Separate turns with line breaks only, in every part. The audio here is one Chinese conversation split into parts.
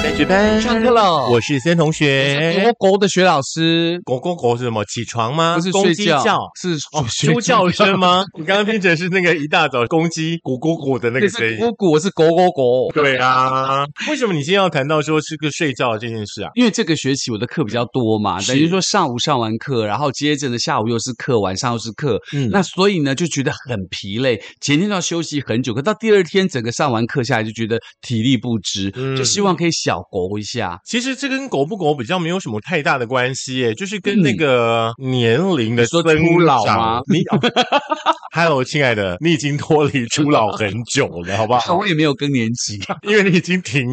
三学班
上课了
我是森同学
我。狗的学老师
狗狗狗是什么？起床吗？
不是
公
睡
鸡
觉，
叫，
是
哦，
睡
猪叫声 吗？你刚刚听成是那个一大早公鸡咕咕咕的那个
这
声
是
音。
姑姑，我是狗狗狗。
对啊，为什么你今天要谈到说是个睡觉这件事啊？
因为这个学期我的课比较多嘛，
是
等于说上午上完课，然后接着呢下午又是课，晚上又是课，
嗯
那所以呢就觉得很疲累，前天要休息很久，可到第二天整个上完课下来就觉得体力不支，
嗯
就希望可以小狗一下。
其实这跟狗不狗比较没有什么太大的关系耶，就是跟那个年龄的增
嗯你说初老
长
吗
你，Hello，亲爱的，你已经脱离初老很久了，好不 好？
我也没有更年期，
因为你已经停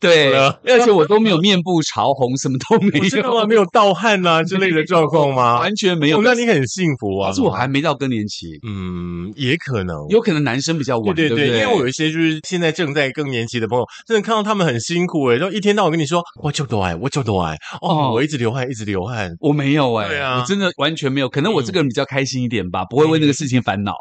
对，
了
而且我都没有面部潮红，什么都没
我知道
有，
吗？没有盗汗啊之类的状况 吗？
完全没有。
哦那你很幸福啊。
可是我还没到更年期，
嗯，也可能。
有可能男生比较晚，
对对
不
对，因为我有一些就是现在正在更年期的朋友，真的看到他们很辛苦欸诶、然后一天到晚跟你说我就多爱，我就多爱，哦，
哦
我一直流汗，一直流汗，
我没有哎、
对啊嗯
我真的完全没有。可能我这个人比较开心一点吧，不会为那个事情烦恼。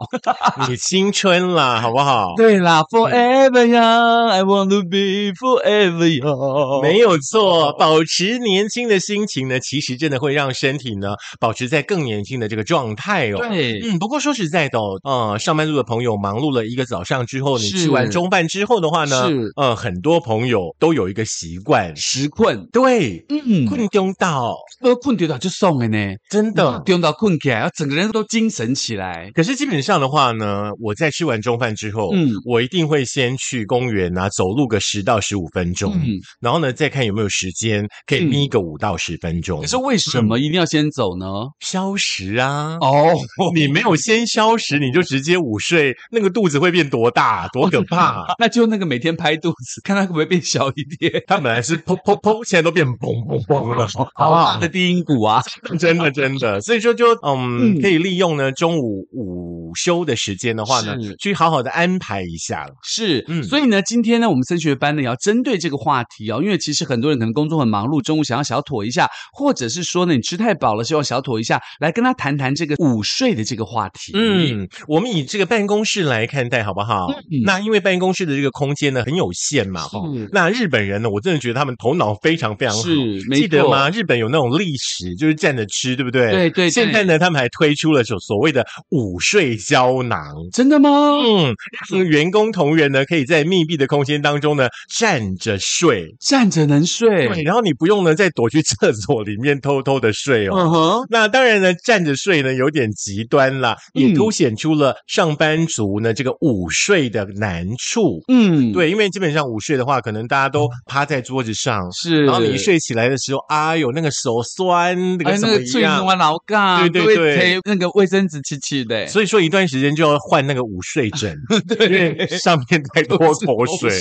你青春 啦，好不好？
对啦，Forever young，I want to be forever young。
没有错，保持年轻的心情呢，其实真的会让身体呢保持在更年轻的这个状态哦。
对，
嗯，不过说实在的哦，呃，上班族的朋友忙碌了一个早上之后，你
是
吃完中饭之后的话呢
是，
呃，很多朋友都有一个习惯，
时困，
对，
嗯，
困中到
呃困跌倒就送了呢，
真的。
跌倒困起来，然后整个人都精神起来。
可是基本上的话呢，我在吃完中饭之后，
嗯
我一定会先去公园啊，走路个十到十五分钟，
嗯，
然后呢，再看有没有时间可以
嗯
眯个五到十分钟。
可是为什么一定要先走呢？
消食啊，
哦，
你没有先消食，你就直接午睡，那个肚子会变多大，多可 怕！
那就那个每天拍肚子，看他会不会变小一点。
它本来是砰砰砰，现在都变嘣嘣嘣了，好不
大
好
的？低音鼓啊，
真的真的，所以说就嗯，
嗯
可以利用呢中午午休的时间的话呢
是，
去好好的安排一下了。
是，
嗯
所以呢，今天呢，我们升学班呢，也要针对这个话题哦，因为其实很多人可能工作很忙碌，中午想要小妥一下，或者是说呢，你吃太饱了，希望小妥一下，来跟他谈谈这个午睡的这个话题。
嗯，我们以这个办公室来看待好不好？
嗯
那因为办公室的这个空间呢很有限嘛，哈
是。
那日本人呢，我真的觉得他们头脑非常非常好。
是，没
记得
错
吗？？日本有那种历史，就是站着吃，对不对？
对对
现
对
在呢，他们还推出了所所谓的午睡胶囊。
真的吗？
嗯，让员工同仁呢，可以在密闭的空间当中呢站着睡，
站着能睡？
对，然后你不用呢再躲去厕所里面偷偷的睡哦。
嗯哼，
那当然呢，站着睡呢有点极端啦，也
嗯
凸显出了上班族呢这个午睡的难处。
嗯，，
对，因哦为基本上午睡的话，可能大家都趴在桌子上，
是。
然后你一，睡起来的时候，哎呦，那个手酸，那
哎
个，什
那
么
个
一
脆
样。
我老干，
对对
都会
对
贴那个卫生纸气气的，
所以说一段时间就要换那个午睡 枕，因为上面太多口水。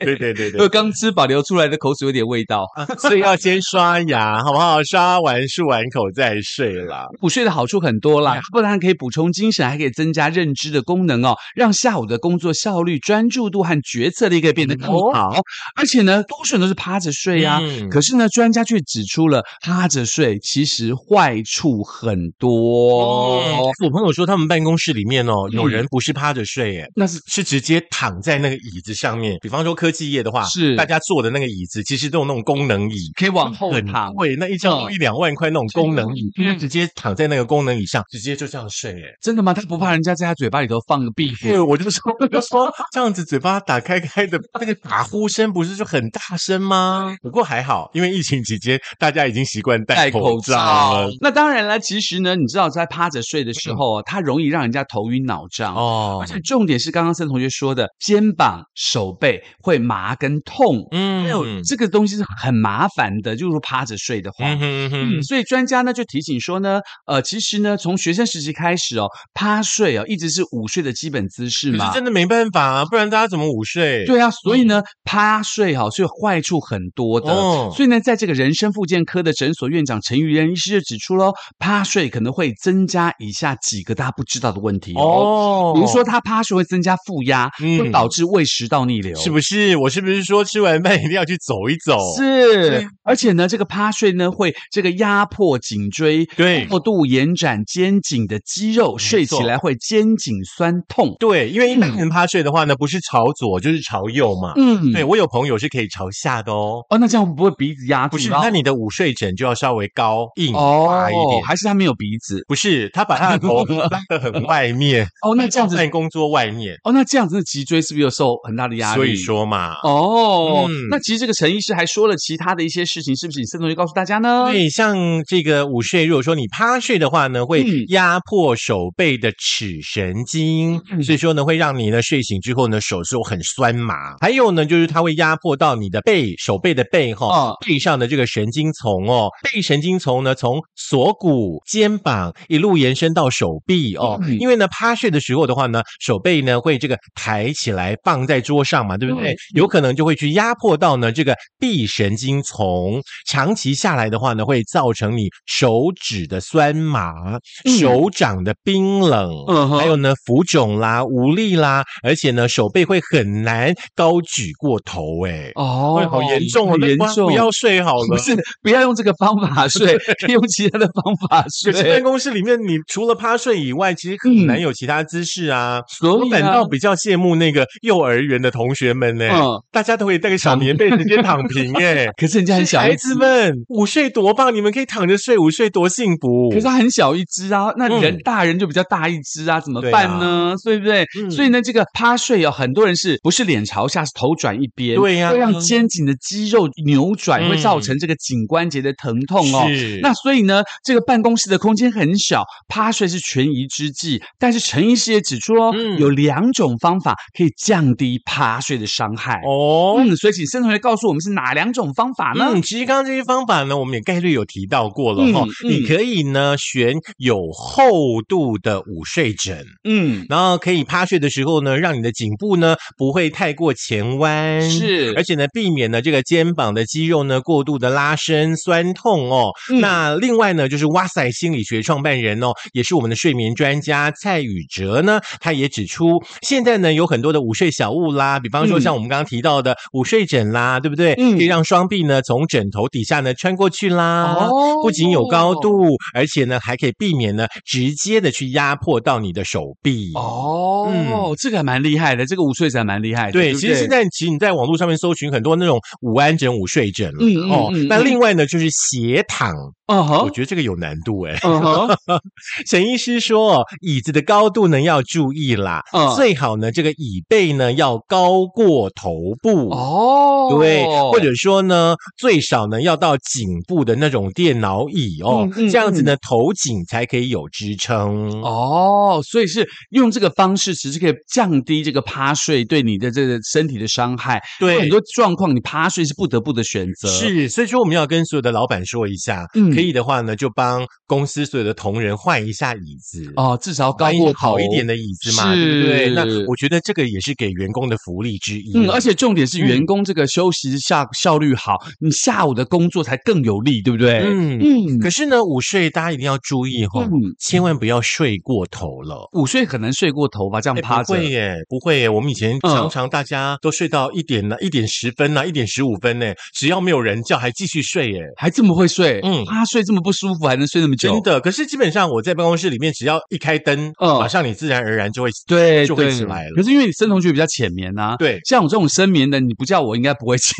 对对对
因为
对，
刚吃饱流出来的口水有点味道。
啊所以要先刷牙，好不好？刷完漱完口再睡啦。
补睡的好处很多
啊
啦，不但可以补充精神，还可以增加认知的功能哦，让下午的工作效率、专注度和决策力可以变得更好。而且呢，多数人都是趴着睡啊。
哦嗯
可是呢，专家却指出了趴着睡其实坏处很多。
哦，我朋友说他们办公室里面哦，有
嗯
人不是趴着睡，耶，
那是
是直接躺在那个椅子上面。比方说科技业的话，
是
大家坐的那个椅子，其实都有那种功能椅。
可以往后
很
躺，
贵，那一张都
嗯
一两万块那种功能椅，
嗯
他就直接躺在那个功能椅上，直接就这样睡。哎，
真的吗？他不怕人家在他嘴巴里头放个屁股？
对，我就说，我就说这样子嘴巴打开开的，那个打呼声不是就很大声
嗯
吗？不过还好，因为疫情期间大家已经习惯戴口罩了。
那当然了，其实呢，你知道在趴着睡的时候啊，它容易让人家头晕脑胀
哦
而，且重点是刚刚森同学说的，肩膀、手背会麻跟痛，
嗯
还有这个东西是很麻烦的，就是趴着睡的话。
嗯哼哼
嗯，，所以专家呢就提醒说呢，呃，其实呢，从学生时期开始哦，趴睡哦，一直是午睡的基本姿势
可
嘛
是。真的没办法啊，不然大家怎么午睡？
对啊，所以呢，趴睡哦，所以坏害处很多的。
哦
所以呢，在这个人生复健科的诊所院长陈玉仁医师就指出喽，趴睡可能会增加以下几个大家不知道的问题哦。
哦
比如说，他趴睡会增加腹压，
嗯
会导致胃食道逆流，
是不是？我是不是说吃完饭一定要去走一走？
是
对，
而且呢，这个趴睡呢会这个压迫颈椎，
对
过度延展肩颈的肌肉，睡起
错
来会肩颈酸痛。
对，因为一般人趴睡的话呢，不是朝左就是朝右嘛。
嗯，
对我有朋友是可以朝下的哦。
哦，那这样不会鼻子压住？
不是，
然后
那你的午睡枕就要稍微高硬大一
哦，
点。
还是他没有鼻子？
不是，他把他的头拉得很外 面，
哦，那这样子，
办公桌外面。
哦，那这样子的脊椎是不是又受很大的压力？
所以。说嘛，
哦，
嗯
那其实这个陈医师还说了其他的一些事情，是不是？你郑同学告诉大家呢？
对，像这个午睡，如果说你趴睡的话呢，会
嗯
压迫手背的尺神经，
嗯
所以说呢，会让你呢睡醒之后呢，手是很酸麻。还有呢，就是它会压迫到你的背，手背的背哈、
哦
背上的这个神经丛哦，背神经丛呢，从锁骨、肩膀一路延伸到手臂哦。
嗯
因为呢，趴睡的时候的话呢，手背呢会这个抬起来放在桌上嘛，对不对？
嗯
有可能就会去压迫到呢这个臂神经丛，长期下来的话呢，会造成你手指的酸麻、
嗯
手掌的冰冷。
嗯哼，
还有呢，浮肿啦、无力啦，而且呢，手背会很难高举过头、哎、
哦
哎，好严重哦！
很
那
严
不然
重，
不要睡好
不
了。
是不要用这个方法睡，可以用其他的方法
可是办
睡。
公室里面，你除了趴睡以外，其实
嗯
很难有其他姿势啊。
所
我
以嗯
反
呢
倒，比较羡慕那个幼儿园的同学们呢、
嗯，
大家都可以带个小棉被直接躺 平哎、
可是人家很小
孩
一
子
只，啊
们午睡多棒，你们可以躺着睡，午睡多幸福。
可是它很小一只啊，那人
嗯
大人就比较大一只啊，怎么
对
办
啊
呢？对不对？
嗯
所以呢，这个趴睡哦，很多人是不是脸朝下，是头转一边，
对呀
会让肩颈的肌肉扭转，会造
嗯
成这个颈关节的疼痛哦。
是
那所以呢，这个办公室的空间很小，趴睡是权宜之计。但是陈医师也指出哦，
嗯
有两种方法可以降低趴睡的伤害。
哦。
嗯，所以请申同学告诉我们是哪两种方法呢？
嗯，其实刚刚这些方法呢，我们也概率有提到过了哈、
嗯嗯
你可以呢选有厚度的午睡枕，
嗯，
然后可以趴睡的时候呢，让你的颈部呢不会太过前弯，
是哎
而且呢避免呢这个肩膀的肌肉呢过度的拉伸酸痛哦。
嗯
那另外呢，就是哇塞心理学创办人哦，也是我们的睡眠专家蔡宇哲呢，他也指出，现在呢有很多的午睡小物啦，比方说
嗯
像我们刚刚提到的午睡枕啦，对不对？
嗯
可以让双臂呢从枕头底下呢穿过去啦。
哦
不仅有高度，而且呢还可以避免呢直接的去压迫到你的手臂。
哦，
嗯
这个还蛮厉害的，这个午睡仔蛮厉害的。
对，
不
其实现在其实你在网络上面搜寻很多那种午安枕、午睡枕了
嗯嗯
哦
嗯。
那
嗯
另外呢，就是斜躺，
嗯
我
哼，
觉得这个有难度哎。
嗯哼，
沈医师说，椅子的高度呢要注意啦，
嗯
最好呢这个椅背呢要高过头部。
哦，
对，或者说呢，最少呢要到颈部的那种电脑椅哦，
嗯嗯
这样子呢头颈才可以有支撑。
哦，所以是用这个方式，其实可以降低这个趴睡对你的这个身体的伤害。
对
有很多状况，你趴睡是不得不的选择。，
是，所以说我们要跟所有的老板说一下，
嗯
可以的话呢，就帮公司所有的同仁换一下椅子。
哦，至少高
换一
过
个好
头
一点。的椅子嘛，对不对？那我觉得这个也是给员工的福利之一。
嗯，而且重点是
嗯
员工这个休息效效率好，你下午的工作才更有力，对不对？
嗯，
嗯，
可是呢，午睡大家一定要注意哈、
嗯
千万不要睡过头了。
午睡可能睡过头吧，这样
哎
嗯趴
不
着。
会耶，不会耶。我们以前
嗯
常常大家都睡到一点呢、一点十分呢、一点十五分呢，只要没有人叫，还继续睡耶。
还这么会睡，
嗯
趴睡这么不舒服，还能睡那么久，
真的，可是基本上我在办公室里面，只要一开灯，
嗯
马上你自然而然就会
对，
就会
对
起来了
可是因为你深同学比较浅眠呐、
对，
像我这种深眠的，你不叫我应该不会起。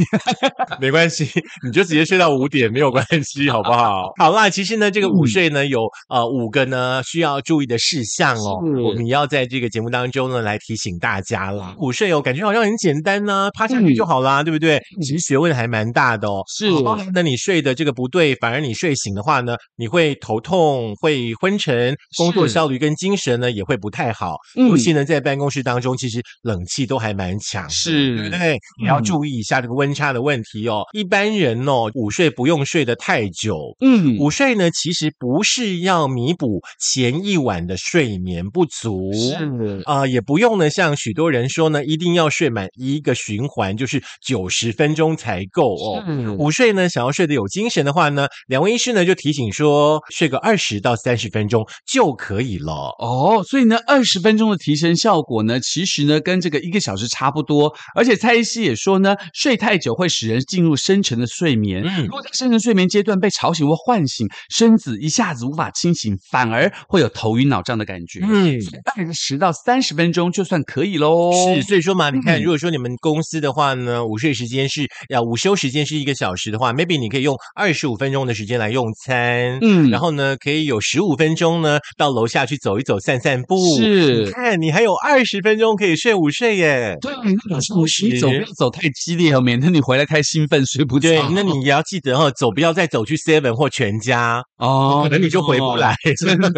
没关系，你就直接睡到五点，没有关系，好不好？嗯好啦，其实呢，这个午睡呢有呃五个呢需要注意的事项哦
是，
我们也要在这个节目当中呢来提醒大家啦。午睡哦，感觉好像很简单呐、趴下去就好啦，对不对？其实学问还蛮大的哦。
是
哦包含呢你睡的这个不对，反而你睡醒的话呢，你会头痛，会昏沉，工作
是
效率跟精神呢也会 不太好。
嗯
尤其呢在办公室当中，其实冷气都还蛮强的。对
是
不对？也要
嗯
注意一下这个温差的问题哦。一般人哦，午睡不用睡得太久。
嗯，
午睡呢，其实不是要弥补前一晚的睡眠不足，
是
啊、也不用呢，像许多人说呢，一定要睡满一个循环，就是九十十分钟才够哦。午睡呢，想要睡得有精神的话呢，两位医师呢就提醒说，睡个二十到三十分钟就可以了。
哦，所以呢，二十分钟的提神效果呢，其实呢跟这个一个小时差不多。而且蔡医师也说呢，睡太久会使人进入深沉的睡眠。
嗯
如果在深沉睡眠阶段被吵醒或唤醒，身子一下子无法清醒，反而会有头晕脑胀的感觉。
嗯，
二十到三十分钟就算可以喽。
是，所以说嘛，你看，
嗯
如果说你们公司的话呢，午睡时间是呀，午休时间是一个小时的话，maybe 你可以用二十五分钟的时间来用餐，
嗯
然后呢，可以有十五分钟呢到楼下去走一走、散散步。
是
你看你还有二十分钟可以睡午睡耶。
对，那老师，你走不要走太激烈哦，免得你回来太兴奋睡不着。
对，那你也要记得哦，走不要再走去 Seven 或全家，
哦，
可能你就回不来。
真的。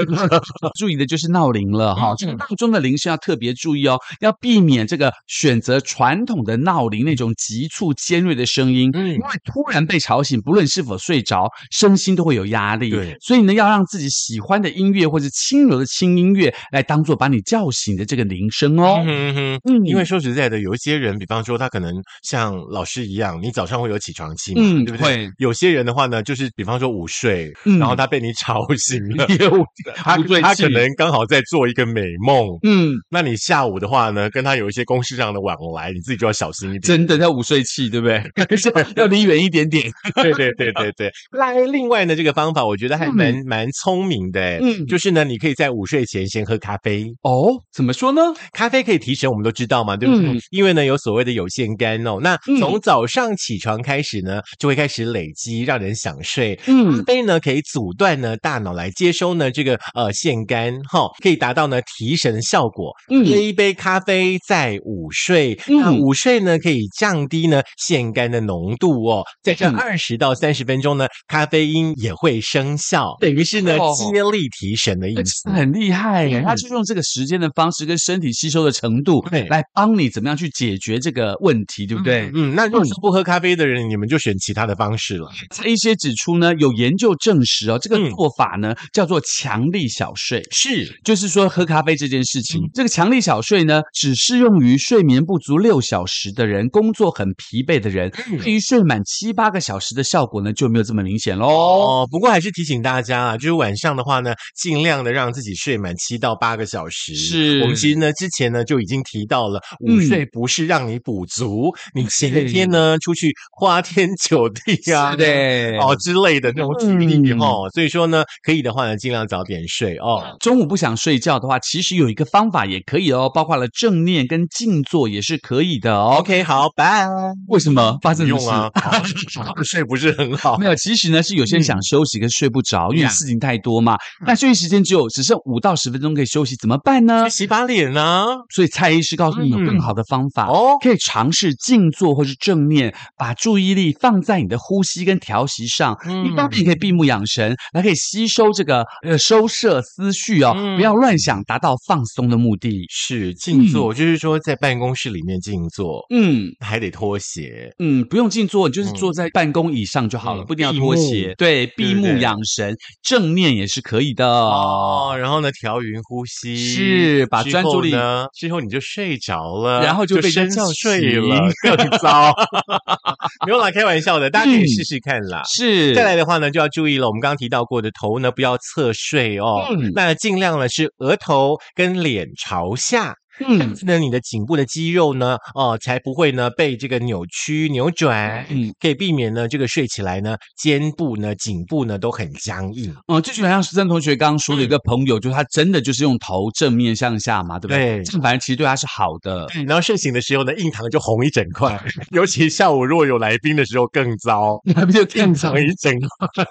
注意的就是闹铃了
嗯
哈，这个闹钟的铃声要特别注意哦，要避免这个选择传统的闹铃那种急促尖锐的声音。
嗯
因为突然被吵醒，不论是否睡着，身心都会有压力。
对
所以呢，要让自己喜欢的音乐或者轻柔的轻音乐来当做把你叫醒的这个铃声哦。
嗯哼哼
嗯
因为说实在的，有一些人，比方说他可能像老师一样，你早上会有起床气嘛，
嗯
对不对
会？
有些人的话呢，就是比方说午睡，
嗯，
然后他被你吵醒了
业务
他
不对
他
劲
可能刚好在做一个美梦。
嗯，
那你下午的话呢，跟他有一些公事上的往来，你自己就要小心一点。
真的要午睡气，对不对？要离远一点点。
对对对对对。来，另外呢，这个方法我觉得还蛮、蛮聪明的诶，
嗯
就是呢，你可以在午睡前先喝咖啡。
哦，怎么说呢？
咖啡可以提神，我们都知道嘛，对不对？
嗯
因为呢有所谓的有腺苷哦，那
嗯
从早上起床开始呢，就会开始累积，让人想睡。咖
嗯，
啡呢可以阻断呢大脑来接收呢这个呃腺苷哈、可以达到呢提神的效果。
嗯
喝一杯咖啡再午睡，
嗯
那午睡呢可以降低呢腺苷的浓度哦，在这
嗯
二十到三十分钟呢，咖啡因也会生效，等于是呢
哦
接力提神的意
呃
思。
很厉害耶！
嗯
他就用这个时间的方式跟身体吸收的程度
对
来帮你怎么样去解决这个问题，对不对？
嗯，那如果是不喝咖啡的人，你们就选其他的方式了。
蔡医师指出呢，有研究证实哦，这个
嗯
做法呢、叫做强力小睡。
是，
就是说，喝咖啡这件事情，
嗯
这个强力小睡呢，只适用于睡眠不足六小时的人、工作很疲惫的人。
嗯
对于睡满七八个小时的效果呢，就没有这么明显喽。
哦，不过还是提醒大家啊，就是晚上的话呢，尽量的让自己睡满七到八个小时。
是
我们其实呢之前呢就已经提到了，午
嗯
睡不是让你补足，你前
对
一天呢出去花天酒地啊，
是的，
哦之类的那种体力
嗯
哦，所以说呢，可以的话呢，尽量早点睡哦。
中午不想睡觉的话，其实有一个方法也可以哦，包括了正念跟静坐也是可以的哦。
OK，好，拜。
为什么
嗯
发
不
生什么
用
事？
啊，嗯睡不是很好
没。有，其实呢是有些人想休息，可是睡不着，因为
呀
事情太多嘛。
嗯
那休息时间只有只剩五到十分钟可以休息，怎么办呢
去？洗把脸呢？
所以蔡医师告诉你有
嗯
更好的方法。
哦，
可以尝试静坐或是正念，把注意力放在你的呼吸跟调息上。
嗯
一方面可以闭目养神，还可以吸收这个呃收摄思绪哦，
嗯
不要乱想，达到放松的目的。
是静坐，就是说在办公室里面静坐，
嗯
还得脱鞋。
嗯，不用静坐，你就是
嗯
坐在办公椅上就好了，
嗯
不一定要脱
闭
鞋
目。
对，闭
对
目
对
养神，正念也是可以的。
哦，然后呢，调匀呼吸，
是把
之
专注
后
力
呢，之后你就睡着了，
然后就
就
被
深
人家叫
睡
醒
了，更糟。 没有啦，开玩笑的，大家可以试试看啦。
嗯是，
再来的话呢，就要注意了。我们刚刚提到过的头呢，不要侧睡哦。
嗯
那尽量呢是额头跟脸朝下，
嗯
那你的颈部的肌肉呢，哦、才不会呢被这个扭曲扭转，
嗯
可以避免呢这个睡起来呢肩部呢颈部呢都很僵硬。
嗯，就就好像石森同学刚刚说的，一个朋友，就是他真的就是用头正面向下嘛，对不对？
对
这反而其实对他是好的。
对，然后睡醒的时候呢，印堂就红一整块， 尤其下午如果有来宾的时候更糟，
还不就 更
红一整块，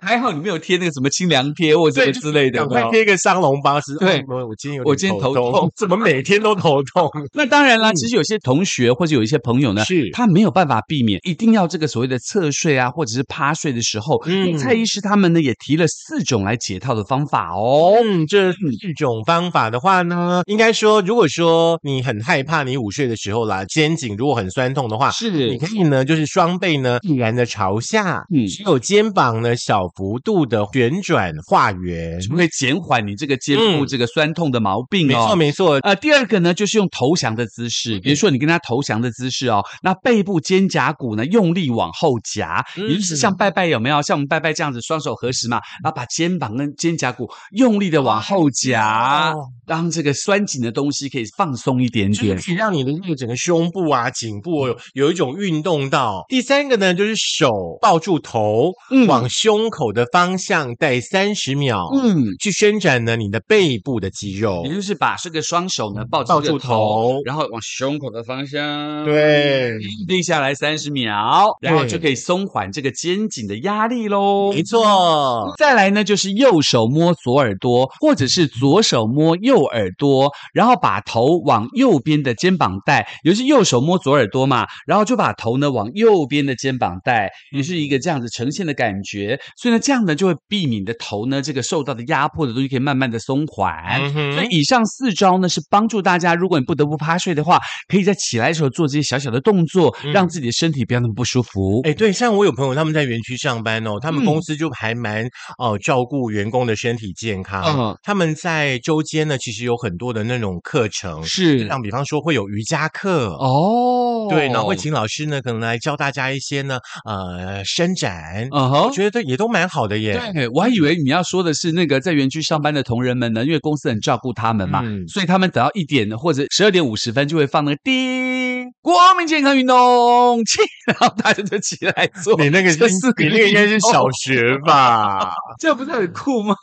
还好你没有贴那个什么清凉贴或者什么之类的。
赶
有没有
快贴一个沙龙巴斯。
对
哦我我今天有
我
点
今天头
痛，
痛
怎么每天都头痛？
那当然啦，
嗯
其实有些同学或者有一些朋友 呢，
是
他没有办法避免，一定要这个所谓的侧睡啊，或者是趴睡的时候，
嗯
蔡医师他们呢也提了四种来解套的方法哦。
嗯，这四种方法的话呢，应该说，如果说你很害怕你午睡的时候啦，肩颈如果很酸痛的话，
是
你可以呢，就是双背呢必然的朝下，
嗯
只有肩膀呢小幅度的旋转化圆。
会减缓你这个肩部
嗯
这个酸痛的毛病
没
哦。
错，没错。嗯
呃，第二个呢，就是用投降的姿势，比如说你跟他投降的姿势哦，那背部肩胛骨呢用力往后夹，
嗯
也就是像拜拜有没有？像我们拜拜这样子，双手合十嘛，然后把肩膀跟肩胛骨用力的往后
哦
夹，让这个酸紧的东西可以放松一点
就是
点。
可以让你的那个整个胸部啊、颈
嗯
部有有一种运动到。第三个呢，就是手抱住头，
嗯
往胸口的方向带三十秒，
嗯，
去伸展呢你的背部的肌肉
也。就是把这个双手呢抱
抱
这
住
个
头
然后往胸口的方向，，
对，
定下来三十秒，然后
对
就可以松缓这个肩颈的压力喽。
没错，
再来呢，就是右手摸左耳朵，或者是左手摸右耳朵，然后把头往右边的肩膀带，尤其是右手摸左耳朵嘛，然后就把头呢往右边的肩膀带，也是一个这样子呈现的感觉。所以呢，这样呢就会避免你的头呢这个受到的压迫的东西可以慢慢的松缓。
嗯哼
所以以上四招呢是帮助大家，如果你不得不趴睡的话，可以在起来的时候做这些小小的动作，
嗯
让自己的身体不要那么不舒服。
哎，对，像我有朋友他们在园区上班哦，他们
嗯
公司就还蛮哦、呃照顾员工的身体健康。
嗯
他们在周间呢，其实有很多的那种课程，
是
像比方说会有瑜伽课
哦，
对，然后会请老师呢，可能来教大家一些呢，呃，伸展，
嗯哼
我觉得也都蛮好的耶。
对，我还以为你要说的是那个在园区上班的同仁们呢，因为公司很照顾他们嘛，
嗯
所以他们等到一点或者十二点五十分就会放那个叮，国民健康运动器，然后大家就起来做。
你那个
这
是
四个
你那个应该是
运动
小学 吧？
这不是很酷吗？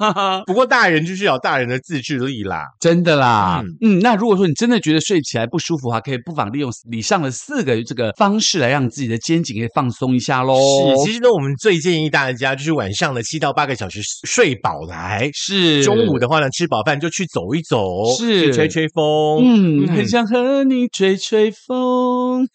不过大人就是有大人的自制力啦。
真的啦，嗯
嗯
那如果说你真的觉得睡起来不舒服啊，可以不妨利用以上的四个这个方式来让自己的肩颈可以放松一下喽。
是，其实呢，我们最建议大家就是晚上的七到八个小时睡饱来，
是
中午的话呢，吃饱饭就去走一走，
是
去吹吹风。
嗯，很
嗯
想和你吹吹风。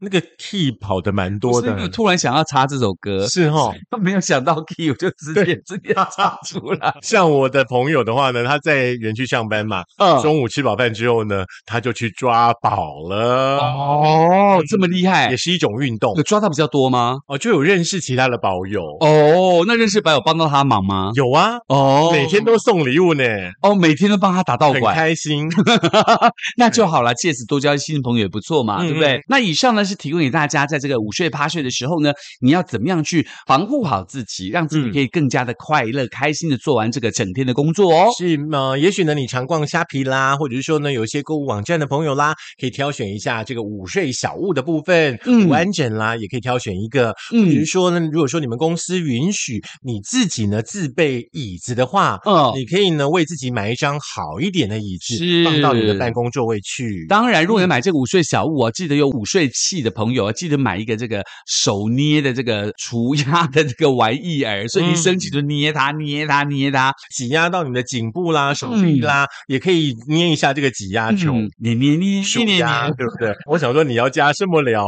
那个 key 跑的蛮
我
多
是因为我
的，
突然想要插这首歌，
是哦。
没有想到 key，我就直接直接插出 来。
像我的朋友的话呢，他在园区上班嘛，
嗯
中午吃饱饭之后呢，他就去抓宝了，
哦，这么厉害
也，是一种运动
有抓到比较多吗？
哦。就有认识其他的宝友，
哦，那认识白有帮到他忙吗？
有啊，
哦，
每天都送礼物呢，
哦，每天都帮他打道
很
馆，
开 心。
哦那就好了。借此多交新朋友也不错嘛，
嗯
对不对
嗯？
那以上呢是提供给大家，在这个午睡趴睡的时候呢，你要怎么样去防护好自己，让自己
嗯
可以更加的快乐、开心的做完这个整天的工作哦。
是吗？呃也许呢，你常逛虾皮啦，或者是说呢，有一些购物网站的朋友啦，可以挑选一下这个午睡小物的部分，
嗯
午安枕啦，也可以挑选一个。
嗯
嗯，比如说呢，如果说你们公司允许你自己呢自备椅子的话，
嗯
你可以呢为自己买一张好一点的椅子
是，
放到你的办公座位去。
当然，如果你买这个午睡小物哦，记得有午睡器的朋友，哦记得买一个这个手捏的这个除压的这个玩意儿，所以一
嗯
生气就捏它、捏它、捏它。
挤压到你的颈部啦、手臂啦，也可以捏一下这个挤压球。
嗯捏捏捏
舒
捏捏
压，
捏。
对不对？我想说你要加什么 聊？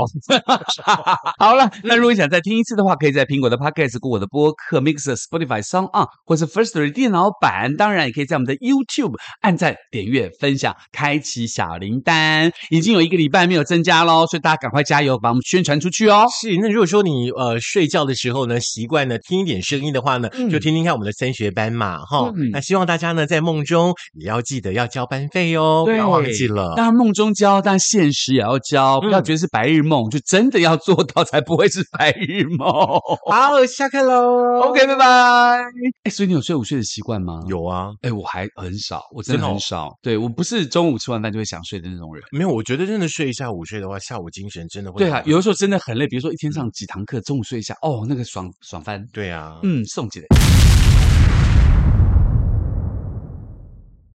好了，
嗯
那如果你想再听一次的话，可以在苹果的 Podcast、Google 的播客、Mixer、Spotify、Sound On 或是 First Story 电脑版，当然也可以在我们的 YouTube 按赞、点阅、分享、开启小铃铛。已经有一个礼拜没有增加喽，所以大家赶快加油，把我们宣传出去哦。
是，那如果说你呃睡觉的时候呢，习惯呢听一点声音的话呢，
嗯
就听听看我们的升学班嘛，哈、
嗯
那希望大家呢在梦中也要记得要交班费哦，不要忘记了。
当然梦中交，但现实也要
嗯
交，不要觉得是白日梦，就真的要做到，才不会是白日梦。
哦好，下课喽。
OK，拜拜。哎，所以你有睡午睡的习惯吗？。
有啊，
哎，我还很少，我真
真
的
的哦
很少。对我不是中午吃完饭就会想睡的那种人。
没有？我觉得真的睡一下午睡的话，下午精神真的会
对啊，
很
有的时候真的很累，比如说一天上几堂课，中午睡一下，哦，那个爽爽翻。
对啊，
嗯，送起来。